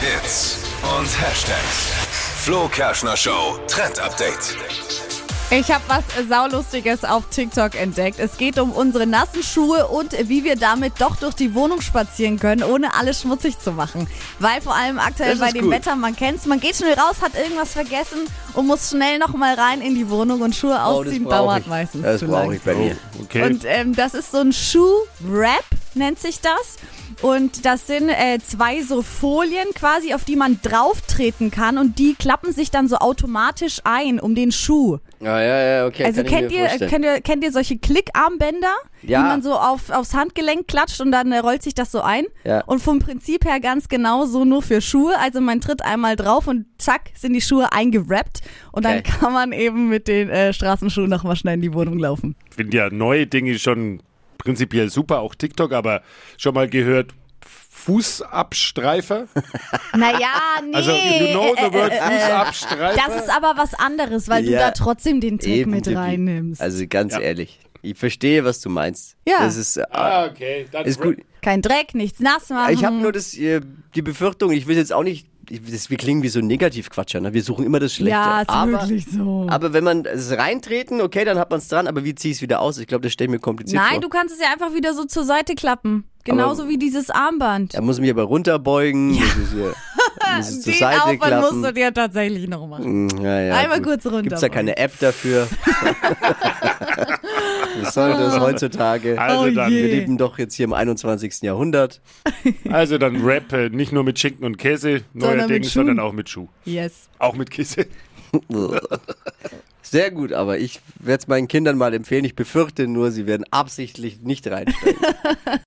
Hits und Hashtags. Flo Kerschner Show Trend Update. Ich habe was Saulustiges auf TikTok entdeckt. Es geht um unsere nassen Schuhe und wie wir damit doch durch die Wohnung spazieren können, ohne alles schmutzig zu machen. Weil vor allem aktuell Das ist bei dem gut. Wetter, man kennt's, man geht schnell raus, hat irgendwas vergessen und muss schnell nochmal rein in die Wohnung und Schuhe ausziehen Oh, brauch dauert ich. meistens Das zu brauche lang. ich bei mir. Okay. Und ähm, das ist so ein Schuh-Wrap, nennt sich das. Und das sind äh, zwei so Folien quasi, auf die man drauf treten kann und die klappen sich dann so automatisch ein um den Schuh. Ja, Ah, ja, ja, okay. also kann kennt ich ihr, mir äh, vorstellen. kennt ihr kennt ihr solche Klickarmbänder, Ja. die man so auf, aufs Handgelenk klatscht und dann äh, rollt sich das so ein? Ja. Und vom Prinzip her ganz genau so nur für Schuhe. Also man tritt einmal drauf und zack sind die Schuhe eingerappt und dann Okay. kann man eben mit den äh, Straßenschuhen nochmal schnell in die Wohnung laufen. finde ja neue Dinge schon prinzipiell super, auch TikTok, aber schon mal gehört Fußabstreifer? Naja, nee. Also you know äh, the word äh, äh, Fußabstreifer? Das ist aber was anderes, weil du Ja. da trotzdem den Trick Eben, mit Tippi. reinnimmst. Also ganz Ja. ehrlich, ich verstehe, was du meinst. Ja. Das ist, äh, ah, okay. Dann ist gut. Kein Dreck, nichts nass machen. Ich habe nur das, äh, die Befürchtung, ich will jetzt auch nicht, ich, das, wir klingen wie so ein Negativquatscher, ne? wir suchen immer das Schlechte. Ja, ist aber, wirklich so. aber wenn man es reintreten, okay, dann hat man es dran, aber wie ziehe ich es wieder aus? Ich glaube, das stelle ich mir kompliziert vor. Nein, du kannst es ja einfach wieder so zur Seite klappen. Genauso wie dieses Armband. Da muss ich mich aber runterbeugen, muss es, hier, muss es zur Den Seite Aufwand klappen. musst du dir tatsächlich noch machen. Mm, ja, ja, Einmal kurz Gibt's da runterbeugen. keine App dafür? Was soll das heutzutage? Also Oh dann, je. Wir leben doch jetzt hier im 21. Jahrhundert. also dann Rap äh, nicht nur mit Schinken und Käse, mit neuerdings, Schuhen. sondern auch mit Schuh. Yes. Auch mit Käse. Sehr gut, aber ich werde es meinen Kindern mal empfehlen. Ich befürchte nur, sie werden absichtlich nicht reinsteigen.